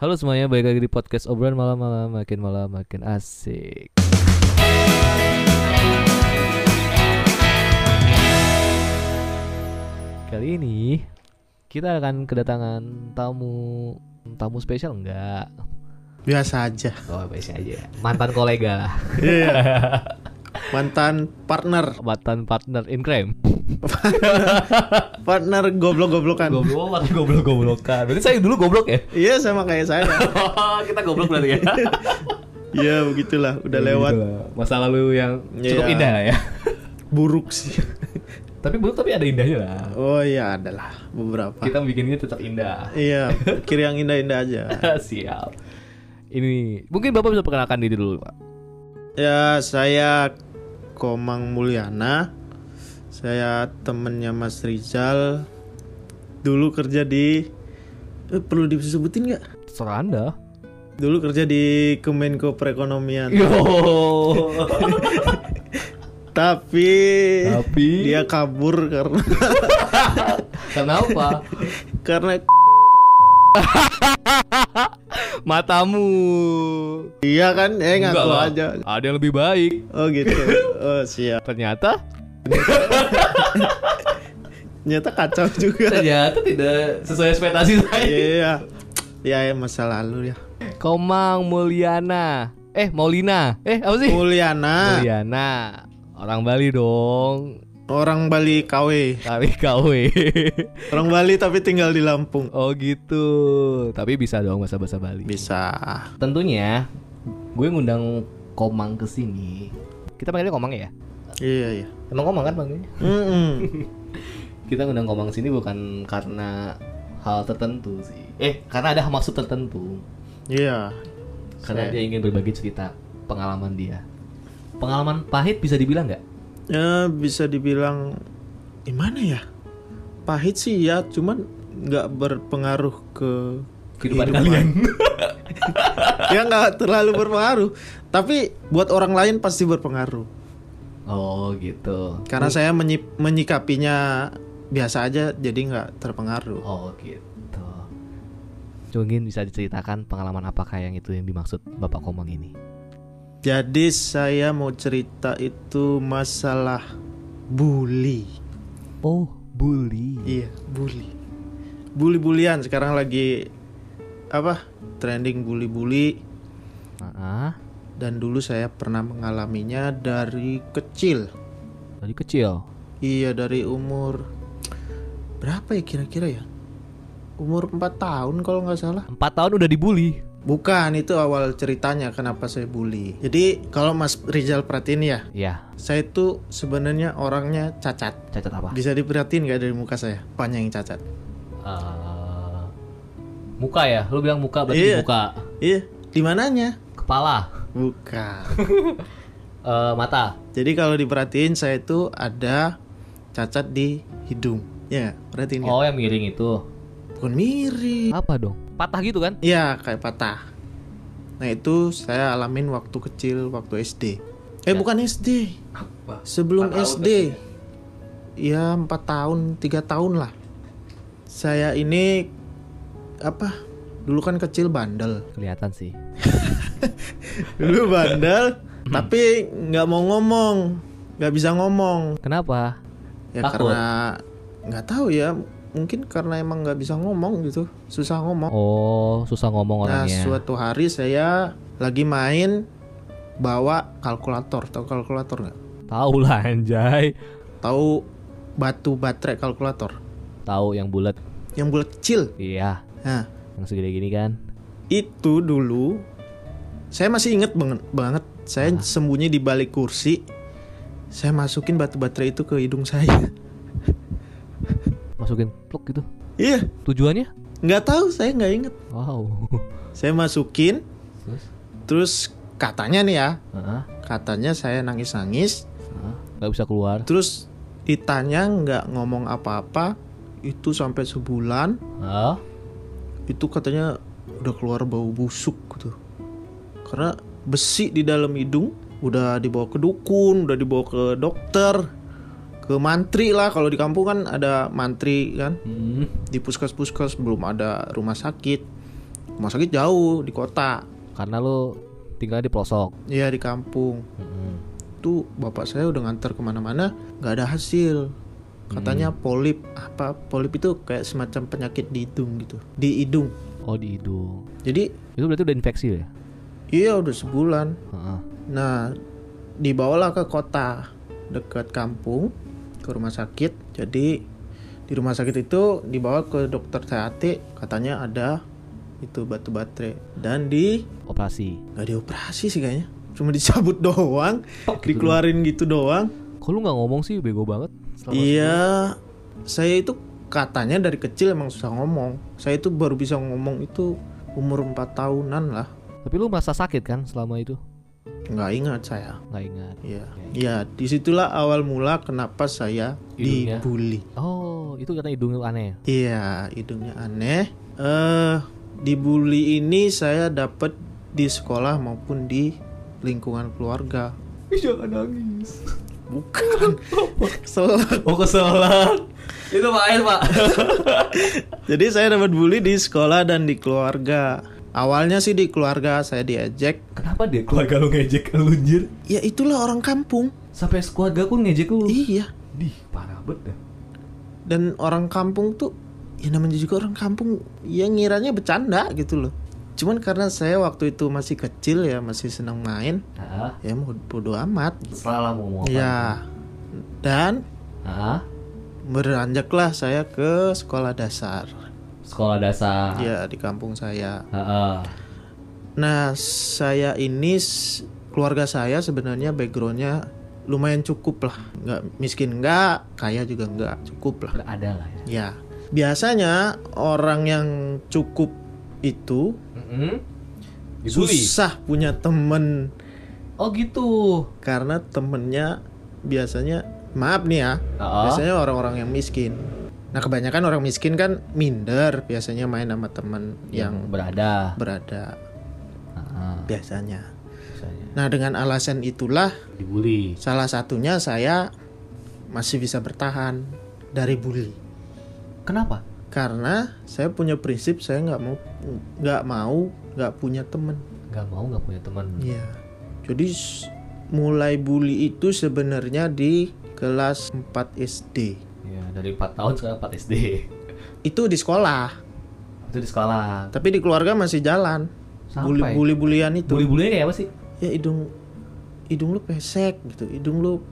Halo semuanya, balik lagi di podcast obrolan malam-malam makin malam makin asik. Kali ini kita akan kedatangan tamu tamu spesial enggak? Biasa aja. Oh, biasa aja. Mantan kolega lah, Iya. Mantan partner, mantan partner in crime. partner goblok-goblokan. Goblok, mantan goblok goblokan. Berarti saya dulu goblok ya? Iya sama kayak saya. kita goblok berarti ya. Iya gitu. begitulah, udah lewat Masa lalu yang cukup Iya. indah lah ya. buruk sih. Tapi belum tapi ada indahnya lah. Oh iya adalah beberapa. Kita bikinnya tetap indah. Iya, kiri yang indah-indah aja. Siap. Ini mungkin Bapak bisa perkenalkan diri dulu, Pak. Ya saya Komang Mulyana. Saya temennya Mas Rizal. Dulu kerja di eh, perlu disebutin nggak? Terserah Anda. Dulu kerja di Kemenko Perekonomian. Yo. Tapi Tapi dia kabur karena kenapa? karena Matamu. Iya kan, eh ngaku aja. Ada yang lebih baik. Oh gitu. Oh siap. Ternyata Ternyata kacau juga. ternyata tidak sesuai ekspektasi saya. Iya. Ya, ya masa lalu ya. Komang Mulyana. Eh, Maulina. Eh, apa sih? Mulyana, Mulyana. Orang Bali dong. orang Bali KW. Kali KW. Orang Bali tapi tinggal di Lampung. oh gitu. Tapi bisa dong bahasa-bahasa Bali. Bisa. tentunya gue ngundang Komang ke sini. Kita panggilnya Komang ya? Iya, iya. Emang Komang kan panggilnya? Mm-mm. Kita ngundang Komang sini bukan karena hal tertentu sih. Eh, karena ada maksud tertentu. Iya. Karena Saya- dia ingin berbagi cerita pengalaman dia. Pengalaman pahit bisa dibilang nggak? Ya bisa dibilang gimana ya? Pahit sih ya, cuman nggak berpengaruh ke Kehidupan kehidupan. kalian. ya nggak terlalu berpengaruh. Tapi buat orang lain pasti berpengaruh. Oh gitu. Karena saya menyip- menyikapinya biasa aja, jadi nggak terpengaruh. Oh gitu. Mungkin bisa diceritakan pengalaman apakah yang itu yang dimaksud Bapak Komang ini? Jadi saya mau cerita itu masalah bully. Oh, bully. Iya, bully. Bully-bulian sekarang lagi apa? Trending bully-bully Ah, dan dulu saya pernah mengalaminya dari kecil. dari kecil. Iya, dari umur berapa ya kira-kira ya? Umur 4 tahun kalau nggak salah. Empat tahun udah dibully. Bukan, itu awal ceritanya kenapa saya bully. Jadi kalau Mas Rizal perhatiin ya, Ya, saya itu sebenarnya orangnya cacat. cacat apa? Bisa diperhatiin nggak dari muka saya? Panjang yang cacat. Eh, muka ya, lu bilang muka berarti Iya. muka. Iya, di mananya? Kepala, Bukan. Eh, mata, Jadi kalau diperhatiin saya itu ada cacat di hidung. Ya, perhatiin nggak? oh yang miring itu. Bukan miring. Apa dong? Patah gitu kan? Iya, kayak patah. Nah, itu saya alamin waktu kecil, waktu SD. Eh, bukan SD. Ya. Apa? Sebelum Empat tahun SD. Ya, 4 tahun, 3 tahun lah. Saya ini apa? Dulu kan kecil bandel. Kelihatan sih. Dulu bandel, tapi nggak mau ngomong, nggak bisa ngomong. Kenapa? Ya Takut. karena nggak tahu ya, mungkin karena emang nggak bisa ngomong gitu, susah ngomong. Oh, susah ngomong Nah, orangnya. suatu hari saya lagi main bawa kalkulator, tahu kalkulator nggak? Tahu lah anjay. Tahu batu baterai kalkulator Tahu yang bulat. yang bulat kecil. Iya, Nah, yang segede gini kan. itu dulu saya masih inget banget, banget. Saya sembunyi di balik kursi. Saya masukin batu baterai itu ke hidung saya. Masukin pluk gitu. Iya, Tujuannya? nggak tahu, saya nggak inget. Wow. Saya masukin, Terus? terus katanya nih ya, Heeh. katanya saya nangis-nangis, heeh. Nggak bisa keluar. Terus ditanya nggak ngomong apa-apa itu sampai sebulan Hah? itu katanya udah keluar bau busuk gitu karena besi di dalam hidung udah dibawa ke dukun udah dibawa ke dokter ke mantri lah kalau di kampung kan ada mantri kan Hmm. di puskes-puskes belum ada rumah sakit rumah sakit jauh di kota Karena lu tinggal di pelosok. ya di kampung Mm-mm. tuh bapak saya udah nganter kemana-mana nggak ada hasil katanya Hmm. polip apa polip itu kayak semacam penyakit di hidung gitu di hidung Oh di hidung. jadi Itu berarti udah infeksi ya? iya udah sebulan Heeh. Nah, dibawalah ke kota dekat kampung ke rumah sakit. Jadi di rumah sakit itu dibawa ke dokter THT katanya ada itu batu baterai dan di Operasi. nggak dioperasi sih kayaknya cuma dicabut doang Oh, gitu dikeluarin gitu doang Kok lu nggak ngomong sih bego banget? iya saya itu katanya dari kecil emang susah ngomong saya itu baru bisa ngomong itu umur 4 tahunan lah Tapi lu merasa sakit kan selama itu? nggak ingat saya Nggak ingat. Ya, ya disitulah awal mula kenapa saya Hidungnya. dibully. Oh, itu karena hidung lu aneh. Iya, hidungnya aneh. Eh, dibully ini saya dapat di sekolah maupun di lingkungan keluarga. Jangan nangis. Bukan. Kesel. Oh kesalahan. itu Pak Air Pak. Jadi saya dapat bully di sekolah dan di keluarga. Awalnya sih di keluarga saya diejek. Kenapa dia keluarga lu ngejek lu anjir? Ya itulah orang kampung. Sampai keluarga pun ngejek lu. Iya. Dih, parah banget dah. dan orang kampung tuh ya namanya juga orang kampung ya ngiranya bercanda gitu loh cuman karena saya waktu itu masih kecil ya masih senang main Ah, ya mau bodo amat salah mau ngomong. ya dan Ah, beranjaklah saya ke sekolah dasar sekolah dasar. ya di kampung saya Heeh. nah saya ini s- keluarga saya sebenarnya backgroundnya lumayan cukup lah nggak miskin nggak kaya juga nggak cukup lah Ada lah ya. Ya, biasanya orang yang cukup itu susah punya temen Oh gitu. karena temennya biasanya maaf nih ya, Heeh. biasanya orang-orang yang miskin. Nah, kebanyakan orang miskin kan minder biasanya main sama temen Yang yang berada. berada Heeh. biasanya. Misalnya Nah, dengan alasan itulah dibully. salah satunya saya masih bisa bertahan dari bully. Kenapa? karena saya punya prinsip saya nggak mau nggak mau nggak punya temen Gak mau gak punya teman. ya jadi s- mulai bully itu sebenarnya di kelas 4 SD Ya, dari 4 tahun sekarang 4 SD. itu di sekolah Itu di sekolah. tapi di keluarga masih jalan bully Sampai. bully bulian itu Bully-bullynya kayak apa sih? ya hidung hidung lu pesek gitu hidung lu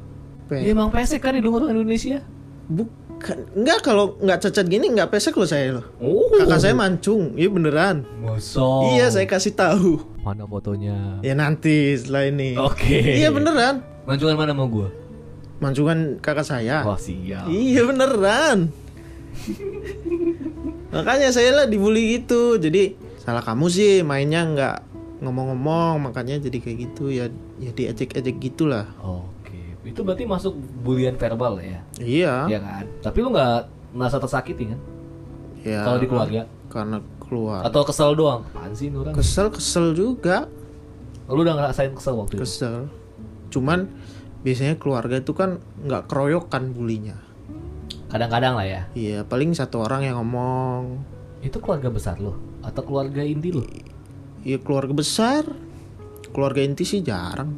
Ya, pesek emang pesek kan hidung orang Indonesia. bukan nggak kalau nggak cacat gini nggak pesek lo saya lo Oh. kakak saya mancung iya beneran Mosok. iya saya kasih tahu Mana fotonya? ya nanti setelah ini Oke. iya beneran Mancungan mana mau gua? Mancungan kakak saya. Oh, siap. Ah. Iya beneran. makanya saya lah dibully gitu. Jadi salah kamu sih mainnya nggak ngomong-ngomong makanya jadi kayak gitu ya ya diejek-ejek gitulah. Oke. Itu berarti masuk bulian verbal ya? Iya. Iya kan? Tapi lu nggak merasa tersakiti kan? Ya, Kalau di keluarga? Karena keluar. Atau kesel doang? Apaan sih ini orang? Kesel kesel juga. Lu udah ngerasain kesel waktu itu? Kesel. Cuman biasanya keluarga itu kan nggak keroyokan bulinya. Kadang-kadang lah ya. Iya paling satu orang yang ngomong. Itu keluarga besar lu? Atau keluarga inti lu? Iya keluarga besar. Keluarga inti sih jarang.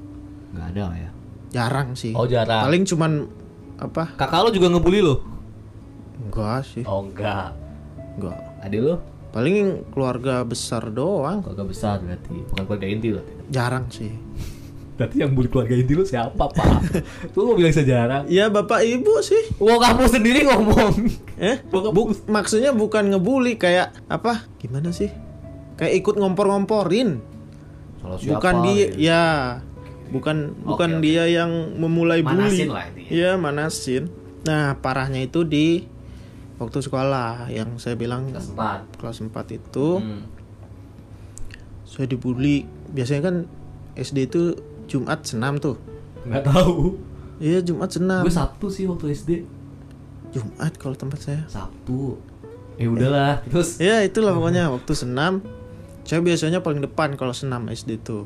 Nggak ada lah ya. jarang sih Oh, jarang. paling cuman apa Kakak lu juga ngebully lu? enggak sih Oh, enggak. enggak Adik lu? paling keluarga besar doang Keluarga besar berarti. Bukan keluarga inti berarti. jarang sih Berarti yang bully keluarga inti lu siapa, Pak? lu mau bilang sejarah? ya bapak ibu sih Wah, kamu sendiri ngomong. eh Bokap bu- maksudnya bukan ngebully kayak apa gimana sih kayak ikut ngompor-ngomporin Salah bukan dia gitu. ya bukan bukan oke. dia yang memulai bully Manasin lah intinya. ya manasin nah parahnya itu di waktu sekolah yang saya bilang Kelas empat. kelas 4 itu Hmm. saya dibully biasanya kan SD itu Jumat senam tuh Nggak tahu. iya Jumat senam Gue Sabtu sih waktu SD. Jumat kalau tempat saya Sabtu. Eh udahlah. Terus ya itulah pokoknya waktu senam saya biasanya paling depan kalau senam SD tuh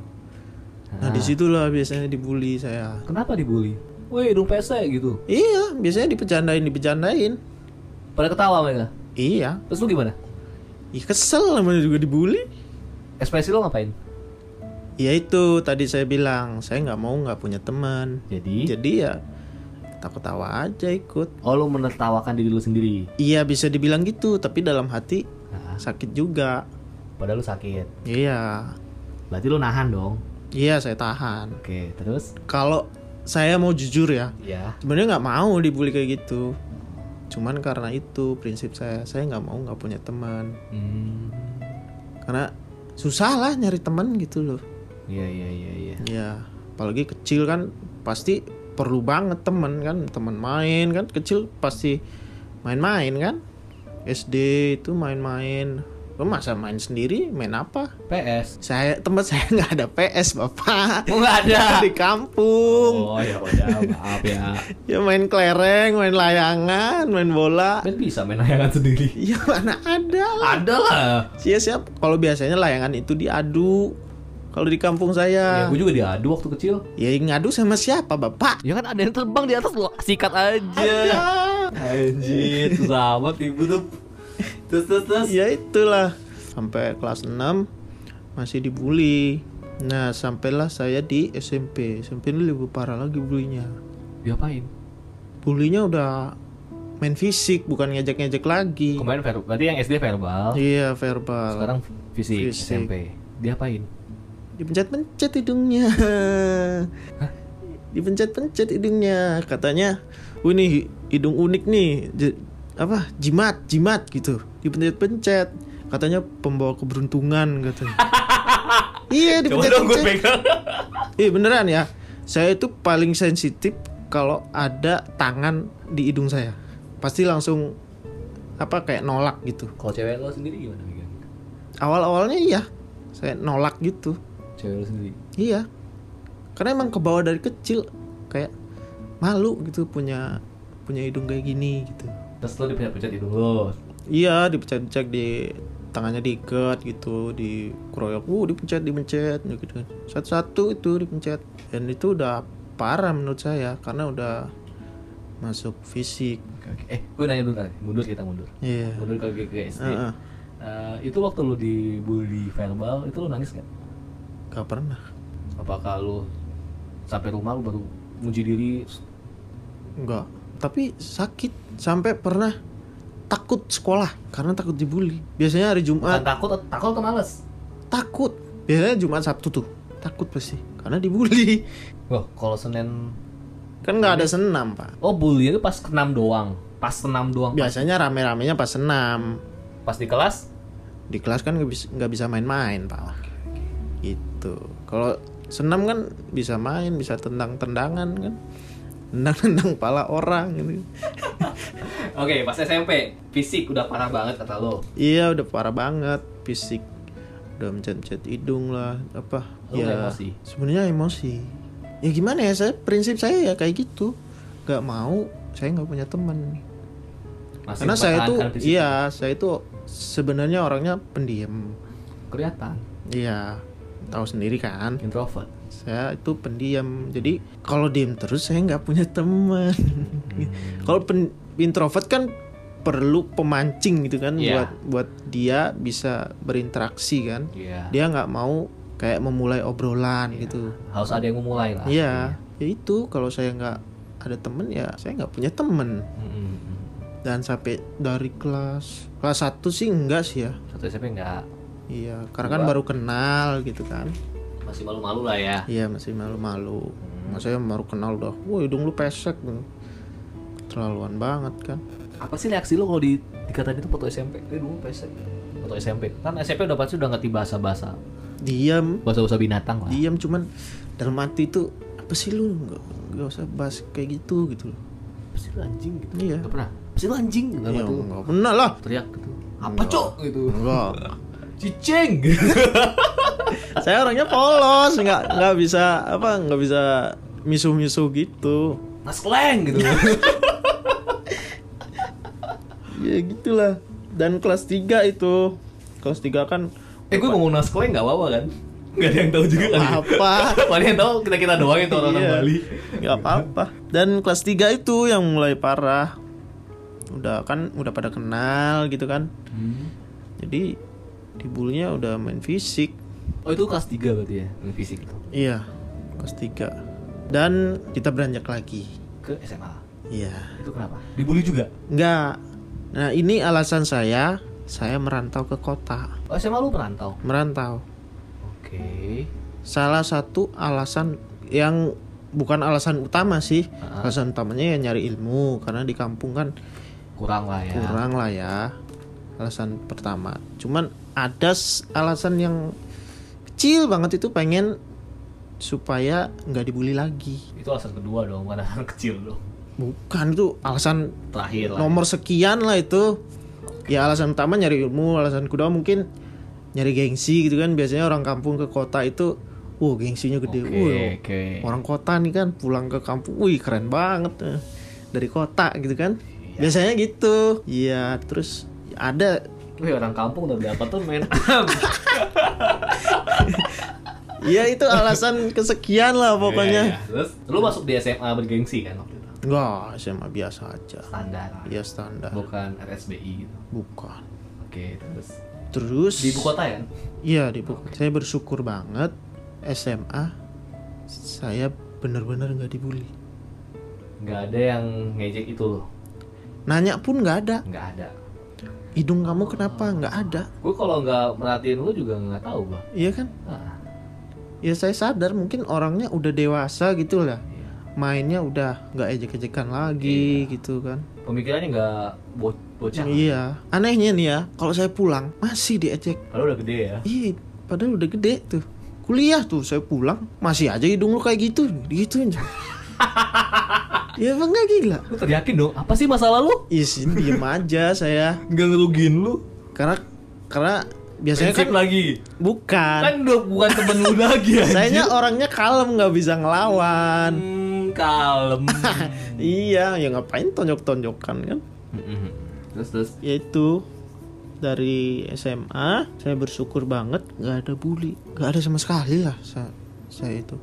Ah. nah disitulah biasanya dibully saya nah, kenapa dibully? Woi, hidung pesek gitu. iya biasanya dipecandain dipecandain Pada ketawa mereka. iya Terus lu gimana? Ih, kesel namanya juga dibully Ekspresi lo ngapain? Ya itu tadi saya bilang saya nggak mau nggak punya teman. Jadi, Jadi ya takut tawa aja ikut. oh lo menertawakan diri lo sendiri. Iya bisa dibilang gitu tapi dalam hati Nah, sakit juga. padahal lo sakit. Iya Berarti lo nahan dong. iya saya tahan. Oke, terus? Kalau saya mau jujur ya Ya. sebenarnya nggak mau dibully kayak gitu. Cuman karena itu prinsip saya saya nggak mau nggak punya teman Hmm. karena susah lah nyari teman gitu loh. Iya, iya, iya, iya. Ya, apalagi kecil kan pasti perlu banget temen kan, temen main kan kecil pasti main-main kan. SD itu main-main. Lo masa main sendiri? Main apa? PS. Saya tempat saya nggak ada PS bapak Oh, nggak ada. di kampung. Oh, ya udah, maaf ya. Ya main kelereng, main layangan, main bola. Kan bisa main layangan sendiri. Ya mana ada lah. Ada lah. Siap siap. Kalau biasanya layangan itu diadu. Kalau di kampung Ya, saya, gue juga diadu waktu kecil. ya ngadu sama siapa bapak? Ya kan ada yang terbang di atas lo sikat aja. Ada. Anjir, susah amat ibu tuh. Terus terus terus. ya itulah sampai kelas 6 masih dibully nah sampailah saya di SMP SMP ini lebih parah lagi bulinya Diapain? bulinya udah main fisik bukan ngejek-ngejek lagi Kemarin verbal. Berarti yang SD verbal. iya verbal Sekarang fisik, Fisik. SMP. Diapain? dipencet-pencet hidungnya dipencet-pencet hidungnya katanya "Wih, ini hi- hidung unik nih J- apa jimat jimat gitu dipencet-pencet katanya pembawa keberuntungan katanya iya dipencet-pencet pegang. Iya beneran ya. Saya itu paling sensitif kalau ada tangan di hidung saya. Pasti langsung apa kayak nolak gitu. Kalau cewek lo sendiri gimana pegang? Awal-awalnya iya, saya nolak gitu. Cewek lo sendiri. Iya. Karena emang kebawa dari kecil kayak malu gitu punya punya hidung kayak gini gitu. Terus lo dipencet-pencet hidung lo. Iya, dipencet-pencet di tangannya diikat gitu, dikeroyok. Uh, dipencet, dipencet gitu. Satu-satu itu dipencet. Dan itu udah parah menurut saya karena udah masuk fisik. Eh, gue nanya dulu tadi. Mundur kita mundur. Iya. Mundur ke ke SD. Heeh. Eh, itu waktu lo dibully verbal, itu lo nangis gak? Gak pernah. Apakah lo sampai rumah lo baru muji diri? Enggak. Tapi sakit sampai pernah takut sekolah karena takut dibully. Biasanya hari Bukan Jumat takut, takut atau males? takut. Biasanya Jumat Sabtu tuh takut pasti karena dibully. Loh, kalau Senin Kan nggak ada senam, Pak. Oh, bully itu pas senam doang. Pas senam doang. Biasanya rame-ramenya pas senam. Pas di kelas di kelas kan nggak bisa nggak bisa main-main pak gitu kalau senam kan bisa main bisa tendang tendangan kan tendang tendang pala orang gitu Oke, pas SMP fisik udah parah banget kata lo. iya udah parah banget fisik udah mencet-mencet hidung lah apa Lu Ya, nggak emosi? sebenarnya emosi ya gimana ya saya prinsip saya ya kayak gitu nggak mau saya nggak punya teman Masih karena saya itu mempertahankan fisik. iya saya itu sebenarnya orangnya pendiam kelihatan iya tahu sendiri kan introvert. saya itu pendiam jadi kalau diem terus saya nggak punya teman kalau pen- introvert kan perlu pemancing gitu kan Iya. buat buat dia bisa berinteraksi kan Iya. dia nggak mau kayak memulai obrolan gitu Harus ada yang memulai lah. iya ya itu kalau saya nggak ada temen ya saya nggak punya temen Mm-mm. dan sampai dari kelas kelas 1 sih enggak sih ya Satu SMP nggak iya karena kan Dua. baru kenal gitu kan masih malu-malu lah ya. Iya masih malu-malu. Masanya baru kenal udah, wah hidung lu pesek gitu. Terlaluan banget kan. Apa sih reaksi lo kalau di, dikatain itu foto SMP? Eh dulu pesek. Foto SMP. Kan SMP udah pasti udah ngerti bahasa-bahasa. Diam, Bahasa-bahasa binatang lah. diam cuman dalam hati itu apa sih lu nggak nggak usah bahas kayak gitu gitu loh. Apa sih lo anjing gitu? Iya. Gak pernah. Apa sih lo anjing? Gak Ya, gitu. nggak pernah lah. Teriak gitu. Apa cok? Gitu. Enggak. Cicing. Saya orangnya polos, nggak nggak bisa apa nggak bisa misuh-misuh gitu. Mas Kleng gitu. Ya gitulah. Dan kelas 3 itu kelas 3 kan eh gue ngomong Mas Kleng gak apa-apa kan? Gak ada yang tahu juga kan? apa Paling yang tahu kita kita doang itu orang-orang Iya. Bali. Nggak apa-apa. Dan kelas 3 itu yang mulai parah. Udah kan udah Hmm. pada kenal gitu kan. Jadi dibulnya udah main fisik. Oh itu kelas 3 berarti ya, ilmu fisik itu. Iya, kelas 3. Dan kita beranjak lagi. Ke SMA. Iya. Itu kenapa? Dibully juga. Enggak. Nah, ini alasan saya, saya merantau ke kota. Oh, SMA lu perantau. Merantau. Oke. Salah satu alasan yang bukan alasan utama sih. Ah. Alasan utamanya ya nyari ilmu karena di kampung kan Kurang lah ya. kurang lah ya. Alasan pertama. Cuman ada s- alasan yang kecil banget itu pengen supaya nggak dibully lagi. Itu alasan kedua dong, bukan alasan kecil dong. Bukan itu alasan Terakhir lah. nomor sekian lah itu ya alasan utama nyari ilmu alasan kedua mungkin nyari gengsi gitu kan biasanya orang kampung ke kota itu wow gengsinya Oke, gede oke. Wuh, orang kota nih kan pulang ke kampung wih keren banget eh, dari kota gitu kan Iya. biasanya gitu iya terus ada Wih, orang kampung udah berapa tuh men? Iya, ya itu alasan kesekian lah Iya, pokoknya iya. Terus lu masuk di SMA bergengsi kan waktu itu? enggak SMA biasa aja Standar. ya standar Bukan RSBI gitu. bukan Oke, terus terus di ibu kota ya? Iya di Bogor. Saya bersyukur banget SMA saya benar-benar nggak dibully. Nggak ada yang ngejek itu loh. Nanya pun nggak ada. Nggak ada. Hidung kamu kenapa nggak ada? Gue kalau nggak merhatiin lu juga nggak tahu gua. Iya kan? Ah, Ya saya sadar mungkin orangnya udah dewasa gitu lah. iya. Mainnya udah nggak ejek-ejekan lagi gitu kan. Pemikirannya nggak bo- bocah. Iya. Anehnya nih ya, kalau saya pulang masih diejek. Padahal udah gede ya. Iya, padahal udah gede tuh. Kuliah tuh saya pulang masih aja hidung lu kayak gitu, gitu. ya emang nggak gila. Lu teriakin dong. Apa sih masalah lu? Iya sih, diem aja saya. Nggak ngerugiin lu. Karena karena biasanya Biasanya kan lagi. bukan. Kan udah bukan temen lu lagi ya. Sayanya orangnya kalem nggak bisa ngelawan. Hmm, kalem. Iya, ya ngapain tonjok-tonjokan kan? Mm-mm. terus terus Yaitu dari SMA saya bersyukur banget nggak ada bully, nggak ada sama sekali lah sa- saya, itu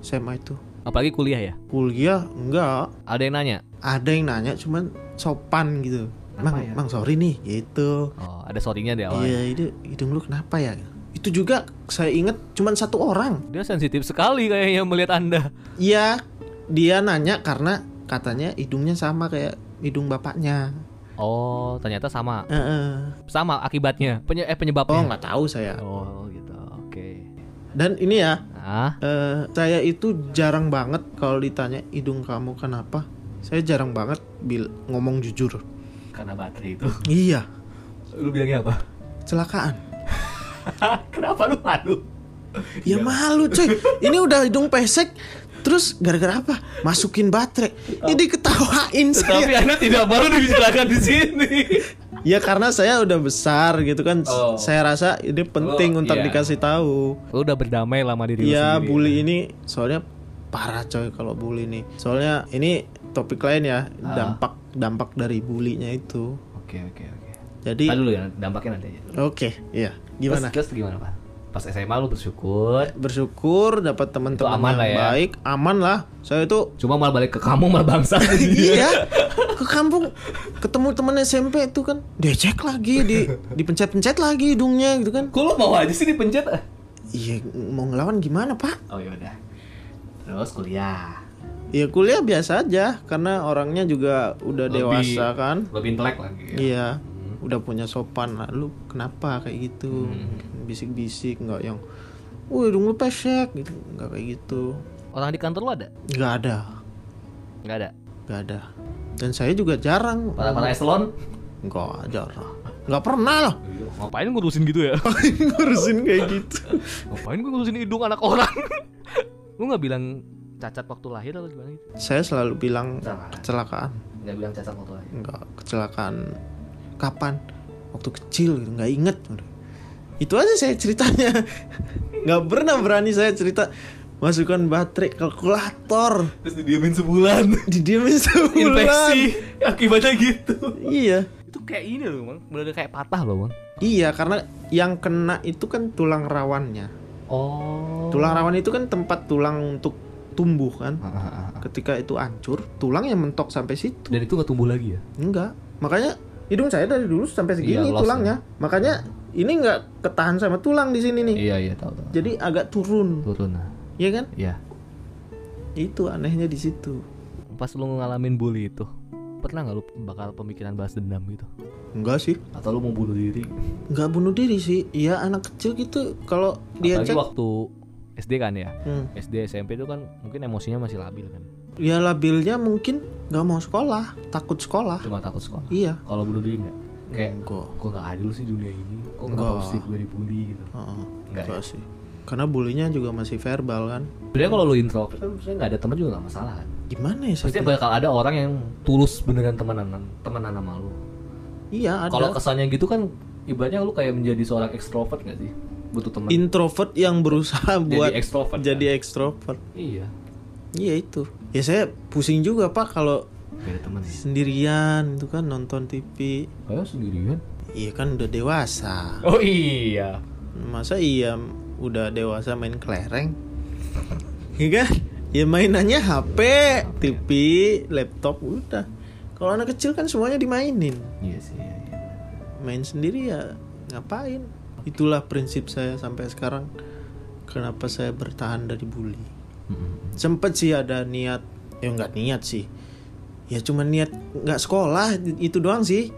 SMA itu. apalagi kuliah ya Kuliah enggak ada yang nanya ada yang nanya cuman sopan gitu. Mang, Kenapa ya? mang sorry nih gitu. oh ada sorrynya di awalnya Iya, itu hidung lu kenapa ya? Itu juga saya inget cuman satu orang. dia sensitif sekali kayaknya melihat anda Iya, dia nanya karena katanya hidungnya sama kayak hidung bapaknya. oh ternyata sama Eh, eh. sama akibatnya Penye- eh Oh, penyebabnya nggak tahu saya. oh gitu oke Dan ini ya, ah eh, saya itu jarang banget kalau ditanya hidung kamu kenapa. Saya jarang banget bil ngomong jujur. karena baterai itu Iya, lu bilangnya apa celakaan. kenapa lu malu Ya Iya. malu cuy. Ini udah hidung pesek. Terus gara-gara apa? Masukin baterai. Oh. Ini diketawain saya. tapi anda tidak malu dibicarakan di sini Ya karena saya udah besar gitu kan. Oh. Saya rasa ini Oh, penting untuk iya. dikasih tahu. lu udah berdamai lama diri Iya, lu sendiri bully ini soalnya parah coy kalau bully nih. Soalnya ini topik Ah. lain ya, dampak dampak dari bulinya itu. oke oke oke Tadi Jadi oke, dulu ya dampaknya nanti aja dulu. iya. Gimana? terus, terus gimana pak pas SMA lu bersyukur Bersyukur dapat teman-teman Itu aman yang lah ya. baik, aman lah. Saya itu cuma malah balik ke kamu malah bangsa iya ke kampung ketemu teman SMP itu kan dicek lagi di dipencet-pencet lagi hidungnya gitu kan kok lu mau aja sih dipencet ah? iya mau ngelawan gimana pak oh yaudah terus kuliah ya kuliah biasa aja karena orangnya juga udah Lebih- dewasa kan lebih intelek lagi ya? Iya, udah punya sopan lah. Lu kenapa kayak gitu? Bisik-bisik nggak yang, wih hidung lu pesek gitu, nggak kayak gitu. orang di kantor lu ada Nggak ada, nggak ada nggak ada. Dan saya juga jarang. para para eselon Nggak jarang, nggak pernah loh ngapain ngurusin gitu ya ngurusin kayak gitu. ngapain gue ngurusin hidung anak orang lu nggak bilang cacat waktu lahir atau gimana gitu Saya selalu bilang Kecelakaan. kecelakaan, nggak bilang cacat waktu lahir nggak kecelakaan. Kapan? Waktu kecil gitu, nggak inget. Itu aja saya ceritanya. Nggak pernah berani saya cerita masukkan baterai kalkulator. terus didiemin sebulan didiemin sebulan akibatnya gitu iya itu kayak ini loh bang bener kayak patah loh bang iya karena yang kena itu kan tulang rawannya oh tulang rawan itu kan tempat tulang untuk tumbuh kan ketika itu hancur tulang yang mentok sampai situ dan itu nggak tumbuh lagi ya enggak makanya hidung saya dari dulu sampai segini Iya, lost tulangnya makanya Ini nggak ketahan sama tulang di sini nih. Iya iya tahu tahu. Jadi agak turun, Turun. nah. ya kan? Iya. Itu anehnya di situ. Pas lu ngalamin bully itu, pernah nggak lu bakal pemikiran balas dendam gitu? Enggak sih. Atau lu mau bunuh diri? Nggak bunuh diri sih. Iya anak kecil gitu. Kalau dia Apalagi cek, waktu SD kan ya. Hmm. SD SMP itu kan mungkin emosinya masih labil kan. ya labilnya mungkin nggak mau sekolah, takut sekolah. Cuma takut sekolah. Iya. Kalau bunuh diri nggak? Kayak Enggak. kok nggak adil sih dunia ini? Kok Nggak. kenapa mesti gue dibully gitu? Heeh. Nggak Nggak sih. Karena bulinya juga masih verbal kan. Sebenarnya kalau lu introvert kan sebenarnya nggak ada teman juga nggak masalah kan. Gimana ya? Pasti Sat? bakal ada orang yang tulus beneran temenan temenan sama lu. Iya ada. Kalau kesannya gitu kan ibaratnya lu kayak menjadi seorang ekstrovert nggak sih? Butuh teman. introvert yang berusaha buat jadi ekstrovert. jadi kan? ekstrovert. iya. Iya itu. Ya saya pusing juga pak kalau Gak ada teman ya? sih. sendirian itu kan nonton TV. Ayo sendirian. Iya kan udah dewasa. Oh iya. Masa iya udah dewasa main kelereng? Iya kan? Ya mainannya HP, TV, laptop udah. Kalau anak kecil kan semuanya dimainin. Iya sih. Iya, iya. Main sendiri ya ngapain? Itulah prinsip saya sampai sekarang. Kenapa saya bertahan dari bully? Mm-mm. sempet sih ada niat ya nggak niat sih ya cuma niat nggak sekolah itu doang sih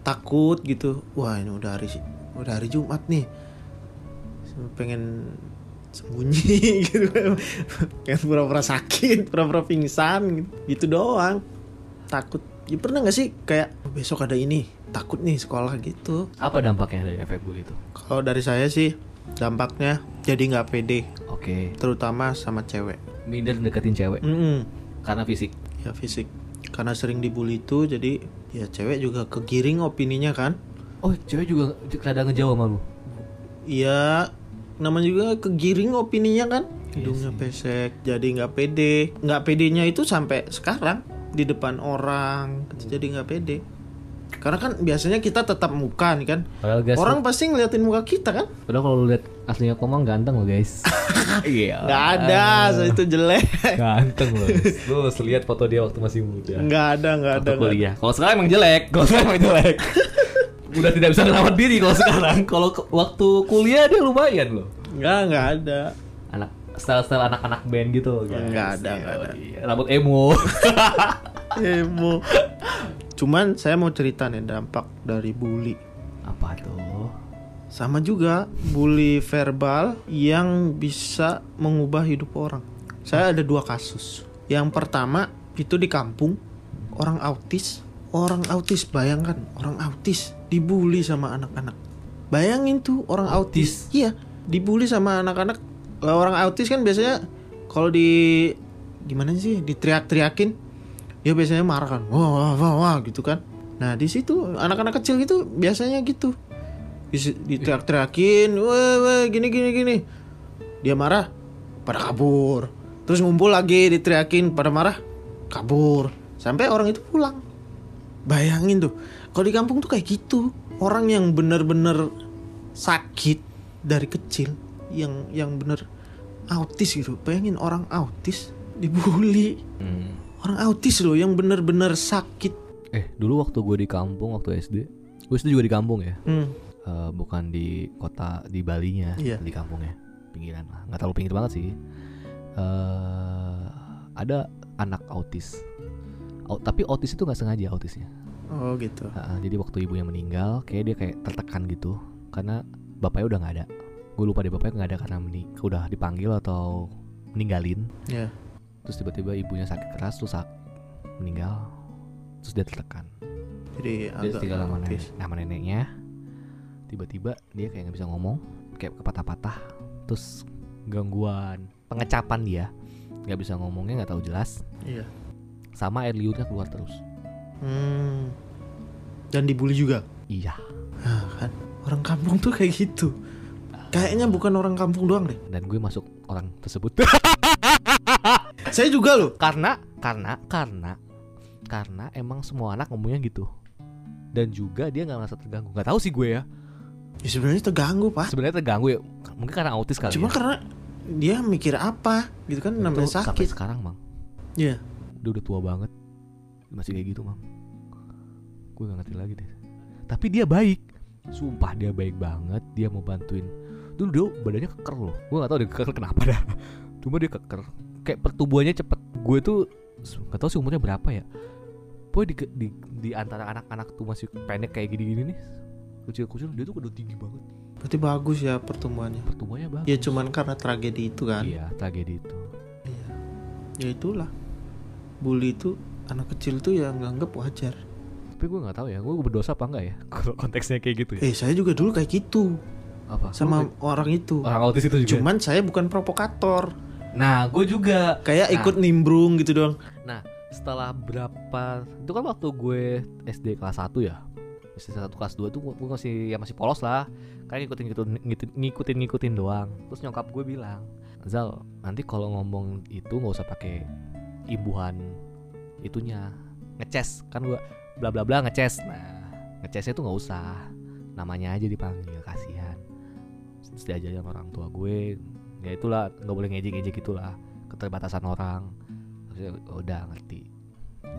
takut gitu wah ini udah hari udah hari Jumat nih pengen sembunyi gitu pengen pura-pura sakit pura-pura pingsan gitu. gitu doang takut ya pernah nggak sih kayak "Oh, besok ada ini takut nih sekolah gitu Apa dampaknya dari efek bully itu? kalau dari saya sih dampaknya jadi nggak pede Oke. terutama sama cewek Minder deketin cewek Mm-mm. karena fisik. ya fisik karena sering dibully itu jadi ya cewek juga kegiring opininya kan Oh cewek juga kadang ngejauh sama lu. ya namanya juga kegiring opininya kan Iya hidungnya pesek jadi nggak pede nggak pedenya itu sampai sekarang di depan orang jadi nggak pede karena kan biasanya kita tetap muka nih kan Padahal guys, orang pasti ngeliatin muka kita kan padahal kalau lu lihat aslinya Komang ganteng lo guys. Iya. nggak ada so, itu jelek Ganteng loh. Lu harus lihat foto dia waktu masih muda. nggak ada nggak Waktu ada nggak ada. kuliah. Kalau sekarang emang jelek, kalau sekarang emang jelek. Udah tidak bisa ngerawat diri kalau sekarang. Kalau ke- waktu kuliah dia lumayan loh. nggak nggak ada Anak style-style anak-anak band gitu loh, guys. Nggak ada, nggak ada. Iya, Rambut emo. emo cuman saya mau cerita nih dampak dari bully Apa tuh? Sama juga bully verbal yang bisa mengubah hidup orang. Saya ada dua kasus. Yang pertama itu di kampung orang autis, orang autis bayangkan orang autis dibully sama anak-anak. Bayangin tuh orang autis. Iya, dibully sama anak-anak. Lah, Orang autis kan biasanya kalau di gimana sih diteriak-teriakin dia biasanya marah kan wah wah wah, wah," gitu kan nah di situ anak-anak kecil gitu biasanya gitu Dis- diteriak-teriakin weh weh gini gini gini dia marah pada kabur terus ngumpul lagi diteriakin pada marah kabur sampai orang itu pulang bayangin tuh kalau di kampung tuh kayak gitu orang yang bener-bener sakit dari kecil yang yang bener autis gitu bayangin orang autis dibully Hmm. orang autis loh yang bener-bener sakit Eh, dulu waktu gue di kampung waktu SD, gue itu juga di kampung ya. hmm. Eh, bukan di kota di Balinya, Iya. di kampungnya, pinggiran lah. Nggak terlalu pinggir banget sih. Eh, ada anak autis. Au- tapi autis itu nggak sengaja autisnya. oh gitu Heeh, Ah, jadi waktu ibunya meninggal, kayak dia kayak tertekan gitu karena bapaknya udah nggak ada. Gue lupa deh bapaknya nggak ada karena meni- udah dipanggil atau meninggalin. ya Terus tiba-tiba ibunya sakit keras terus sak- meninggal. Terus dia tertekan. jadi Dia agak tinggal sama nenek, autis sama neneknya. Tiba-tiba dia kayak nggak bisa ngomong, kayak kepatah-patah. Terus gangguan, pengecapan dia. Nggak bisa ngomongnya, nggak tahu jelas. iya Sama air liurnya keluar terus. hmm. dan dibully juga Iya. Hah, kan orang kampung tuh kayak gitu kayaknya bukan orang kampung doang deh Dan gue masuk orang tersebut. saya juga loh karena, karena, karena, karena emang semua anak ngomongnya gitu. Dan juga dia nggak merasa terganggu. Nggak tahu sih gue ya. ya sebenarnya terganggu pak Sebenarnya terganggu ya. Mungkin karena autis kali. cuma ya. karena dia mikir apa gitu kan Itu namanya Sampai sakit sekarang, Mang. Iya. Dia udah tua banget. Masih kayak gitu, Mang. Gue gak ngerti lagi deh. Tapi dia baik. Sumpah dia baik banget, dia mau bantuin. Dulu dia badannya keker loh. Gue gak tau dia keker kenapa dah. Cuma dia keker. Kayak pertumbuhannya cepet. Gue tuh s- gak tau sih umurnya berapa ya. Pokoknya di, di, di antara anak-anak tuh masih pendek kayak gini-gini nih. Kecil-kecil dia tuh udah tinggi banget. Berarti bagus ya pertumbuhannya. Pertumbuhannya bagus. Ya cuman karena tragedi itu kan. Iya, tragedi itu. Iya. Ya itulah. Bully itu anak kecil tuh ya nganggep wajar. Tapi gue gak tahu ya, gue berdosa apa enggak ya? Kalau konteksnya kayak gitu ya. Eh saya juga dulu kayak gitu Apa? sama Ah, iya. Lu- orang itu. orang autis itu juga. Cuman saya bukan provokator. Nah, gue juga. Kayak Nah. ikut nimbrung gitu doang. Nah, setelah berapa itu kan waktu gue SD kelas 1 ya. SD 1 kelas 2 tuh gue- gue masih ya masih polos lah. Kan ngikutin ngikutin ngikutin ngikutin, ngikutin doang. Terus nyokap gue bilang, "Zal, nanti kalau ngomong itu nggak usah pakai imbuhan itunya. Ngeces kan gue bla bla bla ngeces." Nah, ngecesnya tuh nggak usah. Namanya aja dipanggil, kasihan. Terus diajarin sama orang tua gue, ya itulah nggak boleh ngejek-ngejek gitulah keterbatasan orang Terus ya udah ngerti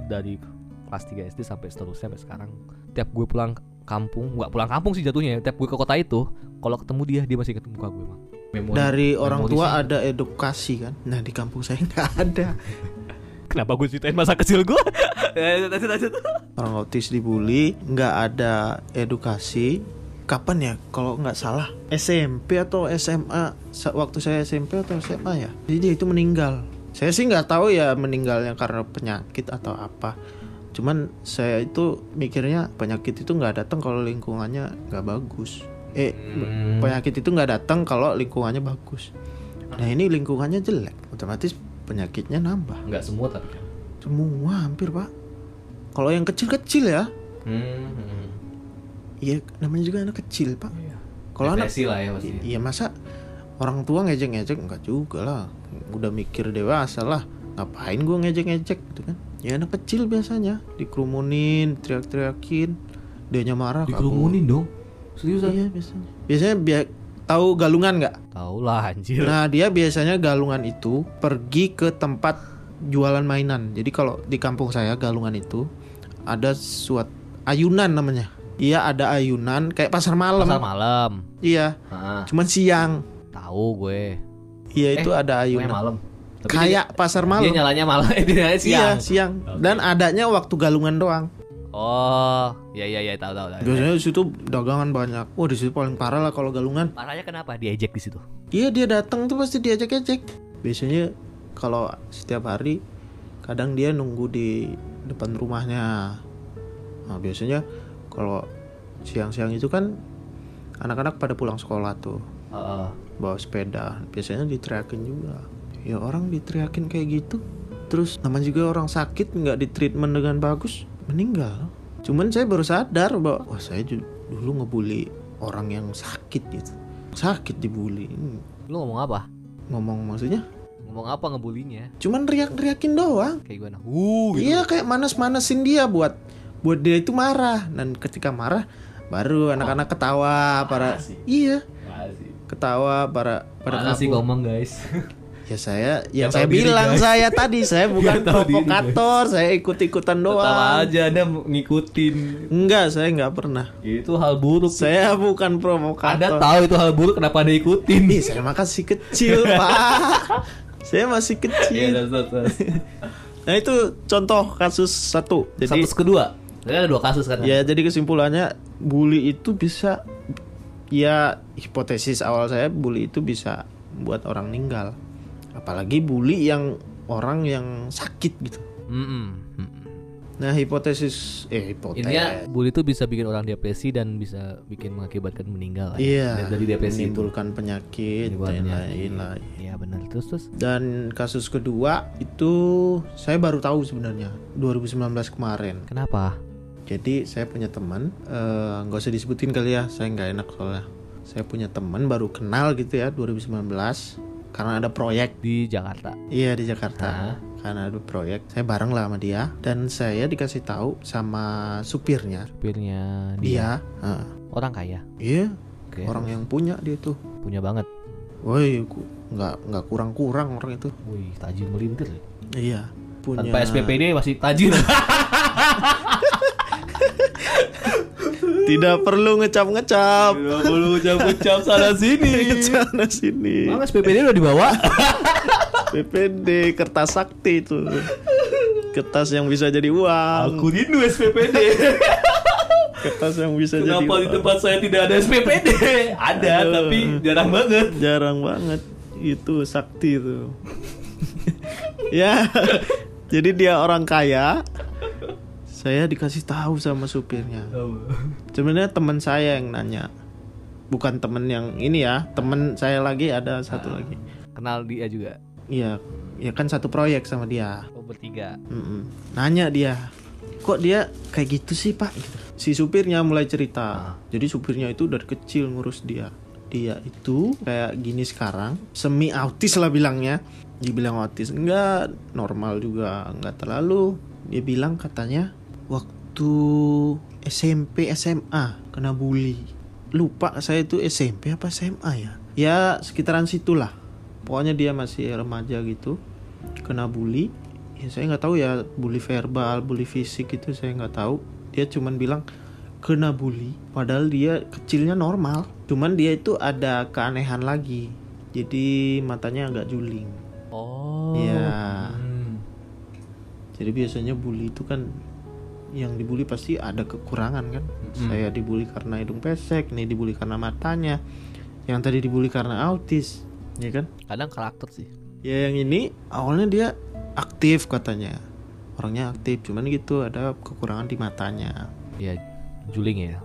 dari kelas 3 SD sampai seterusnya sampai sekarang tiap gue pulang kampung nggak pulang kampung sih jatuhnya ya. tiap gue ke kota itu kalau ketemu dia dia masih ketemu muka gue emang Memori- Dari memori orang tua sih. ada edukasi kan. Nah di kampung saya nggak ada. kenapa gue ceritain masa kecil gue Eh, lanjut, lanjut. Orang autis dibully, nggak ada edukasi. Kapan ya? Kalau nggak salah SMP atau SMA. Sa- Waktu saya SMP atau SMA ya. Jadi dia itu meninggal. Saya sih nggak tahu ya meninggalnya karena penyakit atau apa. Cuman saya itu mikirnya penyakit itu nggak datang kalau lingkungannya nggak bagus. Eh, Hmm. penyakit itu nggak datang kalau lingkungannya bagus. Nah ini lingkungannya jelek, otomatis penyakitnya nambah. nggak semua tapi kan Semua hampir pak. Kalau yang kecil-kecil ya, Iya namanya juga anak kecil pak. Iya. Kalau anak Depresi lah ya pasti. Iya masa orang tua ngejek-ngejek enggak juga lah. Udah mikir dewasa lah. Ngapain gua ngejek-ngejek gitu kan? Ya anak kecil biasanya dikerumunin, teriak-teriakin, dianya marah. kabur. dong seriusan Iya biasanya. Biasanya bi- tahu galungan nggak? tau lah anjir Nah dia biasanya galungan itu pergi ke tempat jualan mainan. Jadi kalau di kampung saya galungan itu ada suat ayunan namanya. Iya ada ayunan kayak pasar malam. pasar malam Iya, Ah, cuman siang. tahu gue Eh, Iya itu ada gue ayunan. malam Tapi dia- Kayak pasar dia, malam. nyalanya malam dia nyalanya siang Iya siang. Oke. Dan adanya waktu galungan doang. Oh, ya ya ya tahu tahu. tahu. Biasanya di situ dagangan banyak. Wah di situ paling parah lah kalau galungan. Parahnya kenapa diejek di situ? Iya dia datang tuh pasti diajak-ajak. Biasanya kalau setiap hari kadang dia nunggu di depan rumahnya. Nah, biasanya kalau siang-siang itu kan anak-anak pada pulang sekolah tuh Heeh. bawa sepeda. Biasanya diteriakin juga. Ya orang diteriakin kayak gitu. Terus namanya juga orang sakit nggak ditreatment dengan bagus meninggal. Cuman saya baru sadar bahwa wah saya ju- dulu ngebully orang yang sakit gitu. Sakit dibully. Hmm Lu ngomong apa? ngomong maksudnya Ngomong apa ngebulinya? cuman riak-riakin doang Kayak gimana? Uh, iya kayak manas-manasin dia buat buat dia itu marah dan ketika marah baru anak-anak ketawa Oh. Ah, para sih. iya Masih. ketawa para pada Parah sih kabur. ngomong guys. ya saya yang Yang saya tahu diri, bilang guys. saya tadi saya bukan Yang tahu diri, provokator saya ikut-ikutan Tetap doang aja Anda ngikutin. enggak saya nggak pernah Itu hal buruk. saya Anda bukan provokator tahu itu hal buruk kenapa Anda ikutin? Ih, saya makasih kecil pak saya masih Iya, kecil terus, terus, terus. nah itu contoh kasus satu jadi Status kedua. Kan ada dua kasus kan. Ya jadi kesimpulannya bully itu bisa ya hipotesis awal saya bully itu bisa buat orang meninggal. Apalagi bully yang orang yang sakit gitu. Mm-mm. Mm-mm. Nah hipotesis eh hipotesis Intinya bully itu bisa bikin orang depresi dan bisa bikin mengakibatkan meninggal. lah ya. iya Dari depresi itu. menimbulkan penyakit Menimbulkan dan penyakit. lain-lain. Iya benar. Terus terus. Dan kasus kedua itu saya baru tahu sebenarnya 2019 kemarin. Kenapa? Jadi saya punya teman, eh, nggak usah disebutin kali ya, saya nggak enak soalnya. Saya punya teman baru kenal gitu ya 2019 karena ada proyek Di Jakarta. iya di Jakarta Hah? karena ada proyek saya bareng lah sama dia dan saya dikasih tahu sama supirnya supirnya dia, dia ah, orang kaya Iya. iya Oke, orang yang punya dia tuh punya banget woi ku- nggak nggak kurang kurang orang itu wih tajir melintir iya punya tanpa SPPD masih tajir Tidak perlu ngecap-ngecap. Iya. Tidak perlu ucap-ucap sana sini. Sana sini. Mas PPD udah dibawa. PPD kertas sakti itu. Kertas yang bisa jadi uang. Aku rindu SPPD. Kertas yang bisa Kenapa jadi di uang. tempat saya tidak ada SPPD? Ada, Aduh. tapi jarang banget. Jarang banget itu sakti itu. ya. Jadi dia orang kaya. Saya dikasih tahu sama supirnya. Sebenarnya teman saya yang nanya. Bukan temen yang ini ya, temen saya lagi ada satu lagi. Kenal dia juga. Iya, ya kan satu proyek sama dia. Oh bertiga. Mm-mm. Nanya dia, kok dia kayak gitu sih pak? Gitu. Si supirnya mulai cerita. Jadi supirnya itu dari kecil ngurus dia. Dia itu kayak gini sekarang, semi autis lah bilangnya. Dibilang autis enggak, normal juga enggak terlalu. Dia bilang katanya waktu SMP SMA kena bully. Lupa saya itu SMP apa SMA ya? Ya sekitaran situlah. Pokoknya dia masih remaja gitu kena bully ya saya nggak tahu ya bully verbal bully fisik itu saya nggak tahu dia cuman bilang kena bully padahal dia kecilnya normal cuman dia itu ada keanehan lagi jadi matanya agak juling Oh. ya Hmm. jadi biasanya bully itu kan yang dibully pasti ada kekurangan kan saya dibully karena hidung pesek nih dibully karena matanya yang tadi dibully karena autis ya kan Kadang karakter sih. Ya yang ini awalnya dia aktif katanya Orangnya aktif cuman gitu ada kekurangan di matanya Ya juling ya.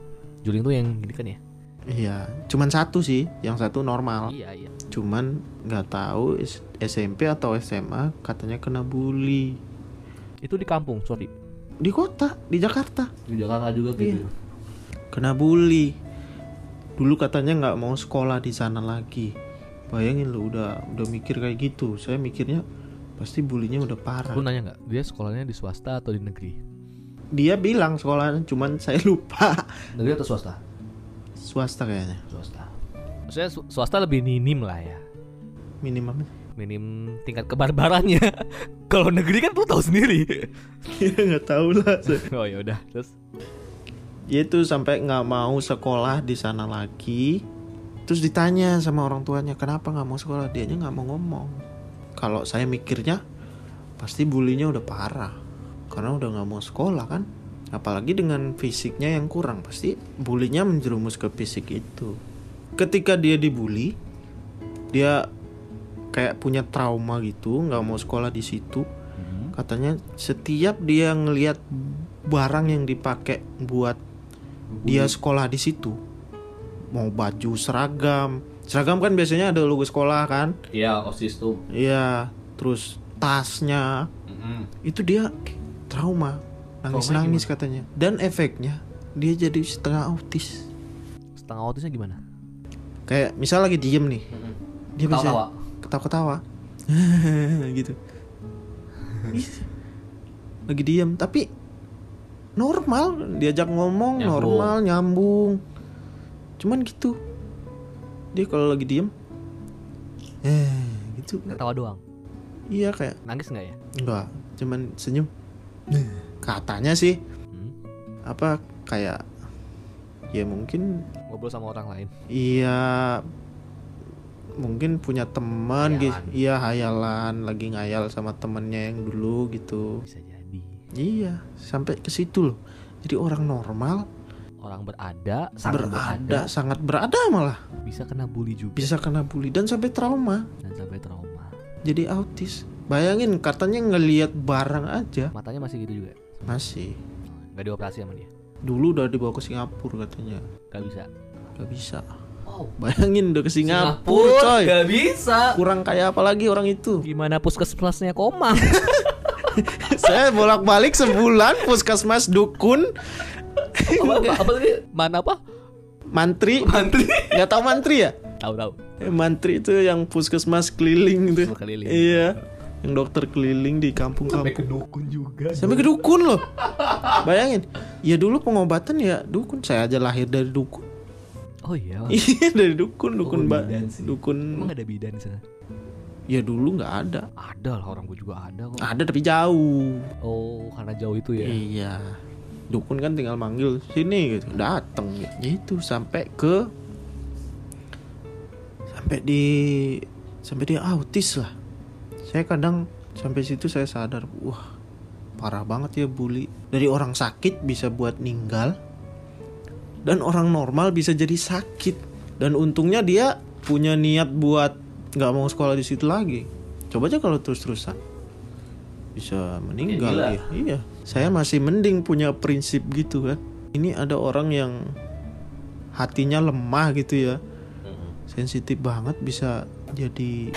Juling tuh yang gini kan ya? Iya cuman satu sih yang satu normal Iya iya. Cuman nggak tahu S- SMP atau SMA katanya kena bully Itu di kampung, sorry. Iya. Di kota di Jakarta Di Jakarta juga gitu. kena bully dulu katanya nggak mau sekolah di sana lagi bayangin lu udah udah mikir kayak gitu saya mikirnya pasti bulinya udah parah ya? Lu nanya nggak? Dia sekolahnya di swasta atau di negeri? dia bilang sekolahnya cuman saya lupa Negeri atau swasta? swasta kayaknya Swasta. Maksudnya sw- swasta lebih minim lah ya. minimum Minim tingkat kebarbarannya. Kalau negeri kan lu tahu sendiri. ya nggak tahu lah oh ya udah. Terus dia tuh sampai nggak mau sekolah di sana lagi terus ditanya sama orang tuanya kenapa nggak mau sekolah dianya nggak mau ngomong kalau saya mikirnya pasti bulinya udah parah karena udah nggak mau sekolah kan apalagi dengan fisiknya yang kurang pasti bulinya menjerumus ke fisik itu ketika dia dibully dia kayak punya trauma gitu nggak mau sekolah di situ katanya setiap dia ngelihat barang yang dipakai buat Iya, dia sekolah di situ mau baju seragam seragam kan biasanya ada logo sekolah kan Iya, OSIS tuh. iya terus tasnya Mm-mm. itu dia trauma nangis nangis katanya dan efeknya dia jadi setengah autis setengah autisnya gimana? kayak misal lagi diem nih dia bisa Ketawa-tawa. ketawa-ketawa gitu lagi diem tapi normal diajak ngomong Nyambung. normal nyambung cuman gitu dia kalau lagi diem eh gitu Ketawa doang. iya kayak Nangis nggak ya? enggak cuman senyum katanya sih Hmm? apa kayak ya mungkin Ngobrol sama orang lain. Iya mungkin punya teman gitu. Hayalan. Iya hayalan lagi ngayal sama temennya yang dulu gitu. Bisa jadi. Iya sampai ke situ loh. Jadi orang normal Orang berada, sangat berada, sangat berada malah bisa kena bully juga bisa kena bully dan sampai trauma. dan sampai trauma. Jadi autis. Bayangin katanya ngelihat barang aja Matanya masih gitu juga. masih. Gak dioperasi sama dia. Dulu udah dibawa ke Singapura katanya. Gak bisa. Gak bisa. Wow. Bayangin udah ke Singapura, coy. Gak Ya bisa. Kurang kayak apa lagi orang itu? Gimana puskesmasnya koma? saya bolak-balik sebulan puskesmas dukun Apa, apa, apa tadi? Mana apa? mantri Mantri. nggak tahu mantri ya Tahu tahu. Eh, mantri itu yang puskesmas keliling itu Puskesmas keliling. iya yang dokter keliling di kampung-kampung kedukun juga. sampai ke dukun loh bayangin ya dulu pengobatan ya dukun saya aja lahir dari dukun Oh iya. iya dari dukun Oh, dukun ba- bidan sih. dukun Emang ada bidan di sana? ya dulu nggak ada Ada lah orang gue juga ada kok. ada tapi jauh Oh karena jauh itu ya. iya dukun kan tinggal manggil sini gitu dateng gitu sampai ke sampai di sampai dia autis lah saya kadang sampai situ saya sadar wah parah banget ya bully dari orang sakit bisa buat ninggal dan orang normal bisa jadi sakit dan untungnya dia punya niat buat nggak mau sekolah di situ lagi coba aja kalau terus terusan bisa meninggal gila. dia. iya saya masih mending punya prinsip gitu kan ini ada orang yang hatinya lemah gitu ya sensitif banget bisa jadi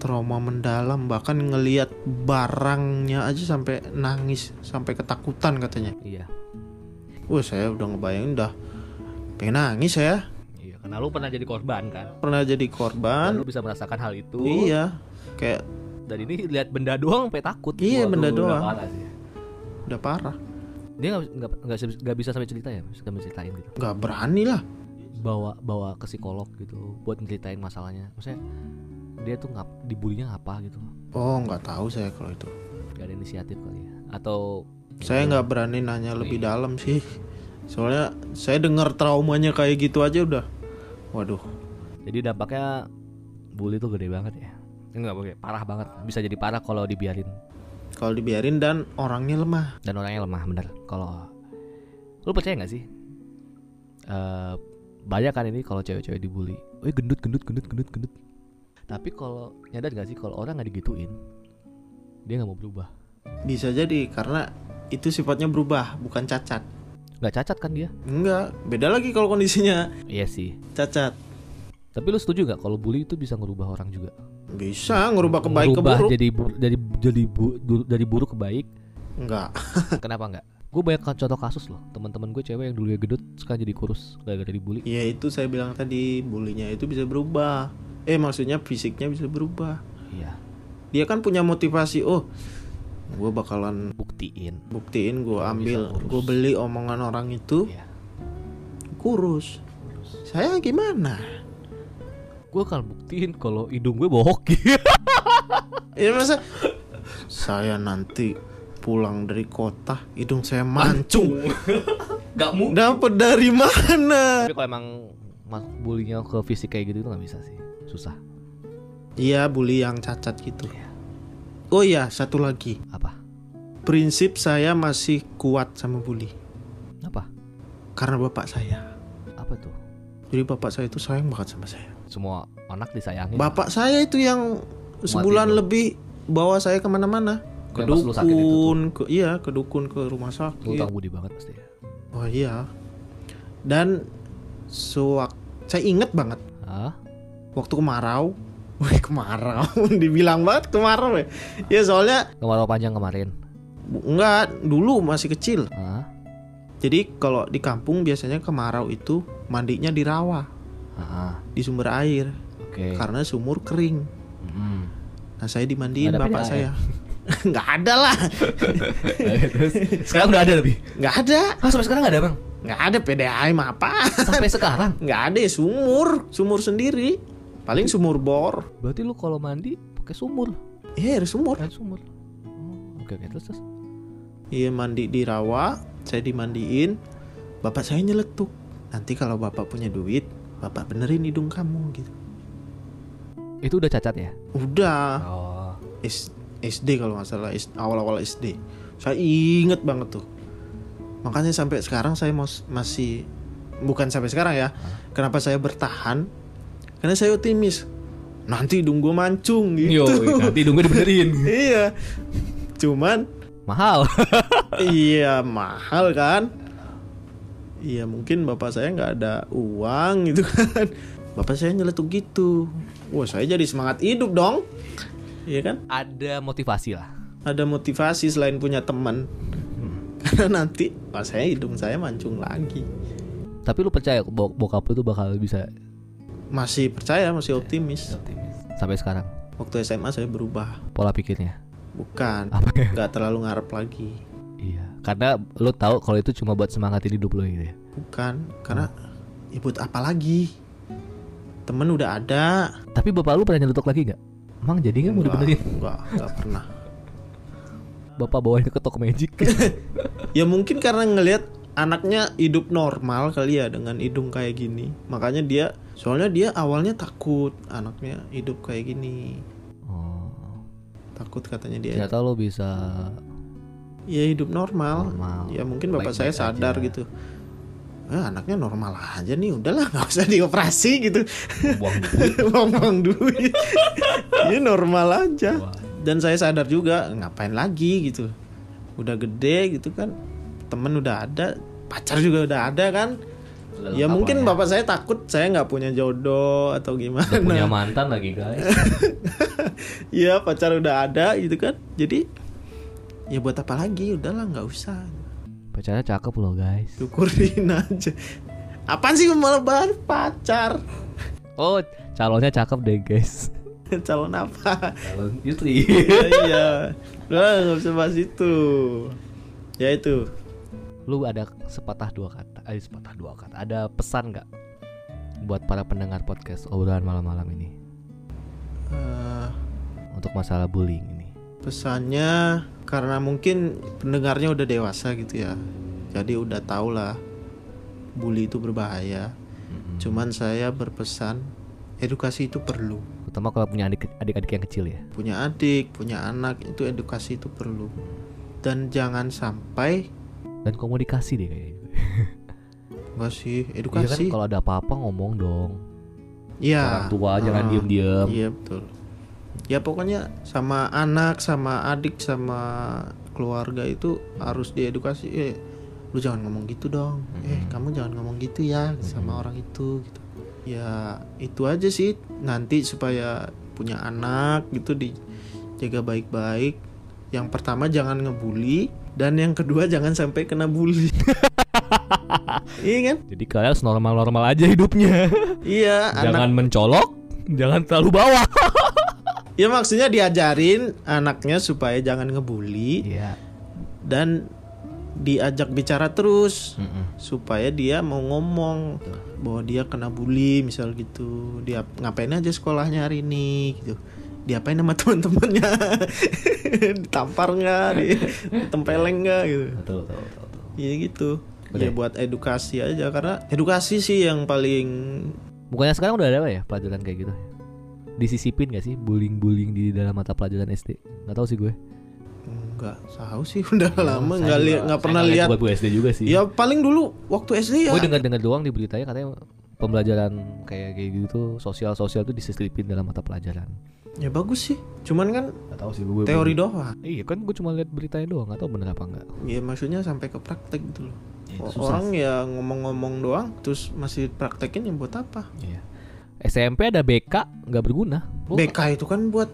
trauma mendalam bahkan ngelihat barangnya aja sampai nangis sampai ketakutan katanya Iya. wah saya udah ngebayangin dah pengen nangis saya Iya, karena lu pernah jadi korban kan. pernah jadi Dan korban lu bisa merasakan hal itu. iya kayak Dan ini lihat benda doang sampai takut. Waduh, iya benda udah doang parah sih. udah parah Dia nggak nggak nggak se- nggak bisa sampai cerita ya, nggak bisa ceritain gitu. nggak berani lah Bawa bawa ke psikolog gitu buat ngeritain masalahnya. Maksudnya dia tuh nggak dibulinya apa gitu. oh nggak tahu saya kalau itu Gak ada inisiatif kali ya. Atau saya nggak berani nanya lebih dalam sih soalnya saya dengar traumanya kayak gitu aja udah waduh jadi dampaknya bully tuh gede banget ya. Enggak boleh, parah banget. Bisa jadi parah kalau dibiarin kalau dibiarin dan orangnya lemah dan orangnya lemah bener kalau lu percaya nggak sih Eh banyak kan ini kalau cewek-cewek dibully eh gendut gendut gendut gendut gendut tapi kalau nyadar nggak sih kalau orang nggak digituin dia nggak mau berubah Bisa jadi karena itu sifatnya berubah, bukan cacat. nggak cacat kan dia Enggak, beda lagi kalau kondisinya iya sih cacat. tapi lu setuju nggak kalau bully itu bisa ngerubah orang juga Bisa ngerubah ke baik ke Ngerubah buruk. jadi bu- dari jadi bu- du- dari buruk ke baik Enggak. kenapa nggak gue banyak kan contoh kasus loh teman-teman gue cewek yang dulu gendut sekarang jadi kurus gara-gara dibully Ya itu saya bilang tadi, bulinya itu bisa berubah. Eh maksudnya fisiknya bisa berubah. iya Dia kan punya motivasi, oh gue bakalan buktiin buktiin gue Bisa ambil kurus. gue beli omongan orang itu iya kurus saya gimana gue akan buktiin kalau hidung gue bohong gitu ya masa saya nanti pulang dari kota hidung saya mancung Gak mungkin. dapat dari mana tapi kalau emang masuk bulinya ke fisik kayak gitu itu nggak bisa sih susah Iya, bully yang cacat gitu. Iya. Oh iya, satu lagi. apa Prinsip saya masih kuat sama bully apa karena bapak saya. apa tuh Jadi bapak saya itu sayang banget sama saya. semua anak disayangin Bapak saya itu yang Iya. Mati sebulan tuh. lebih bawa saya kemana-mana. Ke Yang pas lu sakit itu dukun, ke iya, ke dukun ke rumah lu sakit. tahu budi banget pasti ya Oh iya. Dan sewak saya inget banget Hah? waktu kemarau. Wih kemarau, dibilang banget kemarau ya. Ya soalnya kemarau panjang kemarin bu- enggak dulu masih kecil. Hah? Jadi kalau di kampung biasanya kemarau itu mandinya di rawa, Hah? di sumber air oke karena sumur kering. Mm. Nah, saya Nggak dimandiin ada bapak PDAM. saya. nggak ada lah, Terus, sekarang udah ada lebih nggak ada, ah sampai sekarang nggak ada bang nggak ada PDAM apa? sampai sekarang Nggak ada ya, sumur, sumur sendiri. Paling sumur bor. berarti lu kalau mandi pakai sumur Iya, ada sumur. kan sumur Oh, oke oke terus terus Iya, mandi di rawa, saya dimandiin. Bapak saya nyeletuk. Nanti kalau bapak punya duit, bapak benerin hidung kamu gitu. itu udah cacat ya Udah. oh S- SD kalau nggak salah S- awal-awal SD saya inget banget tuh makanya sampai sekarang saya mos- masih bukan sampai sekarang ya kenapa saya bertahan karena saya optimis nanti hidung gue mancung gitu nanti hidung gue dibenerin iya cuman mahal iya mahal kan iya mungkin bapak saya nggak ada uang gitu kan bapak saya nyeletuk gitu wah saya jadi semangat hidup dong iya kan ada motivasi lah ada motivasi selain punya teman Hmm. karena nanti pas saya hidung saya mancung lagi Tapi lu percaya bo- bokap lu tuh bakal bisa masih percaya masih optimis sampai sekarang waktu SMA saya berubah pola pikirnya? bukan Apa ya? nggak terlalu ngarep lagi Iya, karena lu tahu kalau itu cuma buat semangatin hidup lu gitu ya. bukan karena ya buat apa lagi temen udah ada Tapi bapak lu pernah nyelutuk lagi nggak? Emang jadi nggak mau Nggak, dibenerin? nggak nggak pernah bapak bawain ke toko magic Iya. Ya mungkin karena ngelihat anaknya hidup normal kali ya dengan hidung kayak gini. Makanya dia soalnya dia awalnya takut anaknya hidup kayak gini. oh, Takut katanya dia. ternyata lo bisa Ya hidup normal. normal Ya mungkin bapak saya Baik-baik sadar aja. gitu. "Eh, anaknya normal aja nih, udahlah nggak usah dioperasi gitu. buang duit Buang-buang duit. ya normal aja. Wah, dan saya sadar juga ngapain lagi gitu udah gede gitu kan temen udah ada pacar juga udah ada kan udah ya lengkap mungkin lah bapak saya takut saya nggak punya jodoh atau Udah punya gimana mantan lagi guys ya pacar udah ada gitu kan jadi ya buat apa lagi udahlah nggak usah pacarnya cakep lo guys syukurin aja apaan sih malah bahas pacar oh calonnya cakep deh guys calon apa calon istri Ya, iya udah nggak usah bahas itu ya itu lu ada sepatah dua kata eh, sepatah dua kata ada pesan nggak buat para pendengar podcast obrolan malam-malam ini Eh, untuk masalah bullying ini pesannya karena mungkin pendengarnya udah dewasa gitu ya jadi udah tau lah bully itu berbahaya Mm-hmm. cuman saya berpesan edukasi itu perlu terutama kalau punya adik- adik-adik yang kecil ya punya adik punya anak itu edukasi itu perlu dan jangan sampai dan komunikasi deh kayaknya nggak sih Iya kan edukasi kalau ada apa-apa ngomong dong orang iya tua jangan Ah. diem-diem iya betul ya pokoknya sama anak sama adik sama keluarga itu harus diedukasi eh lu jangan ngomong gitu dong eh Mm-mm. kamu jangan ngomong gitu ya Mm-hmm. sama orang itu gitu ya itu aja sih nanti supaya punya anak gitu dijaga baik-baik yang pertama jangan ngebully Mm-hmm. dan yang kedua jangan sampai kena bully iya kan jadi kalian harus normal-normal aja hidupnya iya anak jangan mencolok jangan terlalu bawah ya maksudnya diajarin anaknya supaya jangan ngebully iya dan diajak bicara terus supaya dia mau ngomong bahwa dia kena bully misal gitu dia ngapain aja sekolahnya hari ini gitu diapain sama teman-temannya ditampar nggak ditempeleng nggak gitu betul betul betul, betul. ya gitu Boleh. ya buat edukasi aja karena edukasi sih yang paling bukannya sekarang udah ada apa ya pelajaran kayak gitu disisipin gak sih bullying-bullying di dalam mata pelajaran SD nggak tahu sih gue nggak tahu sih udah lama Oh, Saya nggak juga- lihat nggak saya pernah nggak lihat buat gue SD juga sih ya paling dulu waktu SD ya gue dengar dengar doang di beritanya katanya pembelajaran kayak kayak gitu tuh sosial sosial tuh disisipin dalam mata pelajaran ya bagus sih cuman kan nggak tahu sih gue teori doang iya kan gue cuma lihat beritanya doang nggak tahu bener apa enggak ya maksudnya sampai ke praktek gitu loh Ya, itu susah orang ya ngomong-ngomong doang terus masih praktekin ya buat apa iya SMP ada BK nggak berguna Lu- BK itu kan buat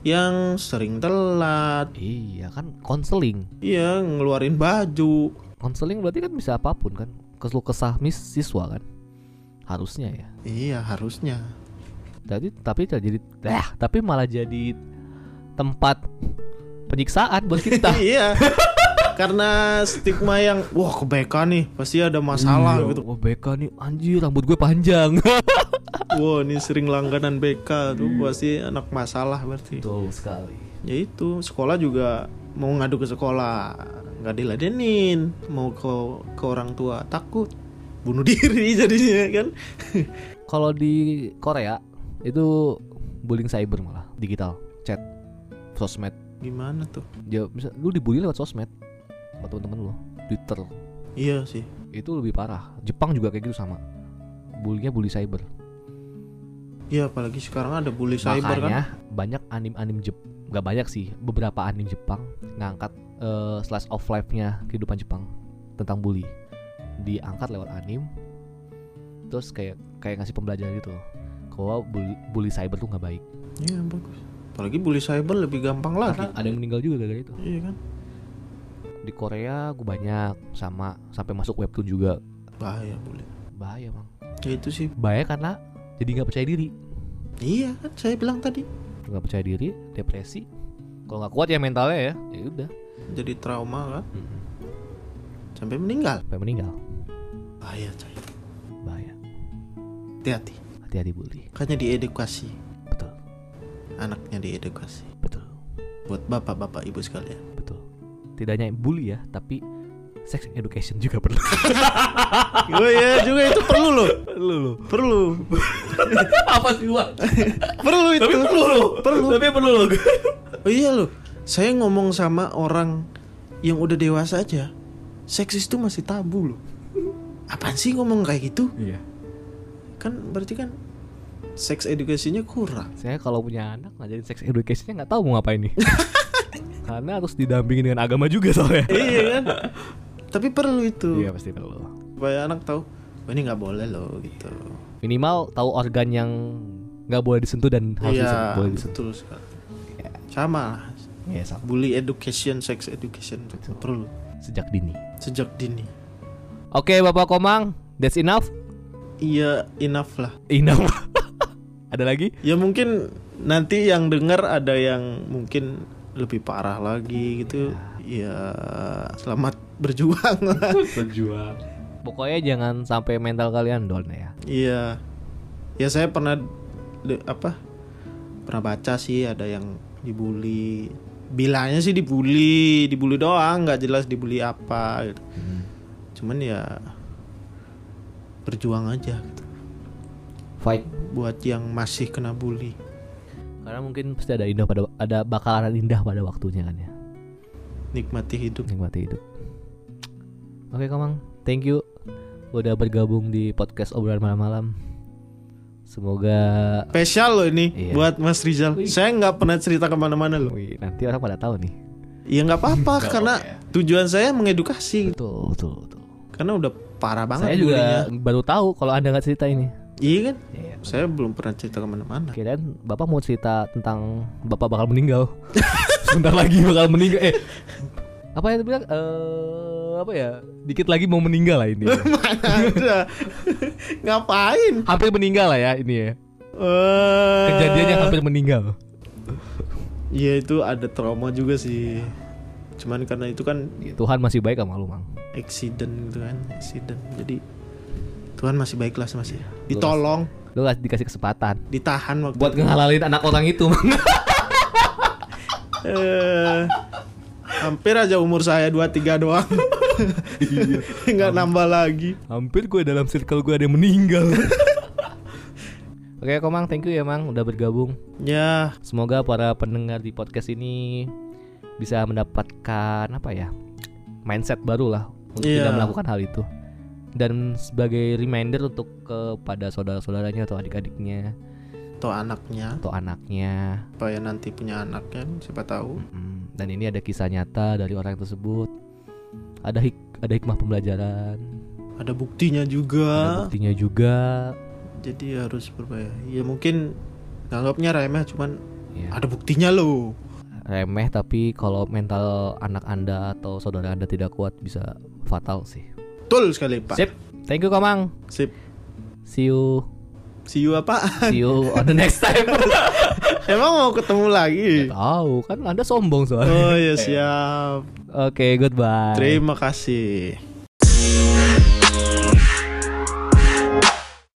yang sering telat iya kan konseling iya ngeluarin baju konseling berarti kan bisa apapun kan keluh kesah mis siswa kan harusnya ya iya harusnya jadi tapi jadi eh, tapi malah jadi tempat penyiksaan buat kita iya karena stigma yang wah ke BK nih pasti ada masalah Iya, gitu wah, BK nih anjir rambut gue panjang wah ini sering langganan BK tuh pasti anak masalah berarti betul sekali ya itu sekolah juga mau ngadu ke sekolah nggak diladenin mau ke ke orang tua takut bunuh diri jadinya kan kalau di Korea itu bullying cyber malah digital chat sosmed gimana tuh ya bisa lu dibully lewat sosmed sama temen-temen lu Twitter iya sih itu lebih parah Jepang juga kayak gitu sama bullyingnya bully cyber iya apalagi sekarang ada bully cyber kan makanya banyak anim-anim Jep nggak banyak sih beberapa anim Jepang ngangkat eh, slice of life-nya kehidupan Jepang tentang bully diangkat lewat anim terus kayak kayak ngasih pembelajaran gitu loh bahwa bully, bully cyber tuh nggak baik iya bagus apalagi bully cyber lebih gampang lagi karena ada yang meninggal juga gara-gara itu iya kan di Korea gue banyak sama sampai masuk webtoon juga bahaya bully bahaya bang ya itu sih bahaya karena jadi nggak percaya diri iya kan saya bilang tadi nggak percaya diri depresi kalau nggak kuat ya mentalnya ya ya udah jadi trauma kan sampai meninggal sampai meninggal bahaya coy bahaya hati-hati hati-hati bully makanya diedukasi betul anaknya diedukasi betul buat bapak-bapak ibu sekalian betul tidak hanya bully ya tapi sex education juga perlu Oh iya juga itu perlu loh. perlu loh Perlu. Apa sih gua? Perlu itu. Tapi perlu lo. Perlu. Tapi perlu lo. Oh iya loh. Saya ngomong sama orang yang udah dewasa aja. Seksis itu masih tabu loh. Apaan sih ngomong kayak gitu? iya Kan berarti kan seks edukasinya kurang. saya kalau punya anak ngajarin sex educationnya nggak tahu mau ngapain nih karena harus didampingi dengan agama juga soalnya iya kan? Tapi perlu itu. iya pasti perlu Supaya anak tahu "Oh, ini nggak boleh loh gitu. minimal tahu organ yang nggak boleh disentuh dan harus disentuh, Iya, boleh gitu. disentuh betul sekali. Sama lah. Iya, sama. Bully education, sex education itu perlu sejak dini sejak dini. oke bapak komang that's enough Iya, enough lah. enough ada lagi Ya mungkin nanti yang dengar ada yang mungkin lebih parah lagi gitu. Ya, selamat berjuang lah. Berjuang. pokoknya jangan sampai mental kalian down ya Iya. Ya saya pernah de- apa? Pernah baca sih ada yang dibully. Bilangnya sih dibully, dibully doang, nggak jelas dibully apa gitu. Hmm. Cuman ya berjuang aja gitu. Fight. buat yang masih kena bully. karena mungkin pasti ada indah pada ada bakalan indah pada waktunya kan ya Nikmati hidup. nikmati hidup oke komang thank you udah bergabung di podcast obrolan malam-malam semoga Spesial loh ini Iya. buat Mas Rizal. Saya nggak pernah cerita kemana-mana loh. Wih, nanti orang pada tahu nih Ya nggak apa-apa Nggak karena apa-apa tujuan saya mengedukasi. betul betul betul Karena udah parah Iya. banget saya juga bullyingnya. baru tahu kalau anda nggak cerita ini Iya kan? Saya belum pernah cerita kemana-mana. Oke dan bapak mau cerita tentang bapak bakal meninggal. Sebentar lagi bakal meninggal. Eh apa yang bilang? Eh apa ya? Dikit lagi mau meninggal lah ini. Mana ada? Ngapain? hampir meninggal lah ya ini ya. Eh, Kejadiannya hampir meninggal. Iya itu ada trauma juga sih. Cuman karena itu kan Tuhan masih baik sama lu mang. accident gitu kan, accident. Jadi Tuhan masih baiklah sama saya. Ditolong, Lu gak dikasih kesempatan ditahan waktu buat ngehalalin anak orang itu. Mang. Eh, hampir aja umur saya 23 doang. Nggak nambah lagi. hampir gue dalam circle gue ada yang meninggal. Oke, Komang, thank you ya, Mang, udah bergabung. Ya, Semoga para pendengar di podcast ini bisa mendapatkan apa ya mindset baru lah untuk Iya. tidak melakukan hal itu. Dan sebagai reminder untuk kepada saudara-saudaranya atau adik-adiknya atau anaknya, atau anaknya. supaya nanti punya anak kan, siapa tahu. Mm, Dan ini ada kisah nyata dari orang tersebut. Ada hik- ada hikmah pembelajaran, Ada buktinya ada juga. buktinya juga. Jadi harus berbahaya. Ya mungkin nganggapnya remeh, cuman Ya, ada buktinya loh. remeh tapi kalau mental anak Anda atau saudara Anda tidak kuat bisa fatal sih. Betul sekali, Pak. Sip. Thank you, Komang. Sip. See you. See you apa? See you on the next time. Emang mau ketemu lagi? Iya, Tahu kan Anda sombong soalnya. Oh ya siap. Oke, goodbye. Terima kasih.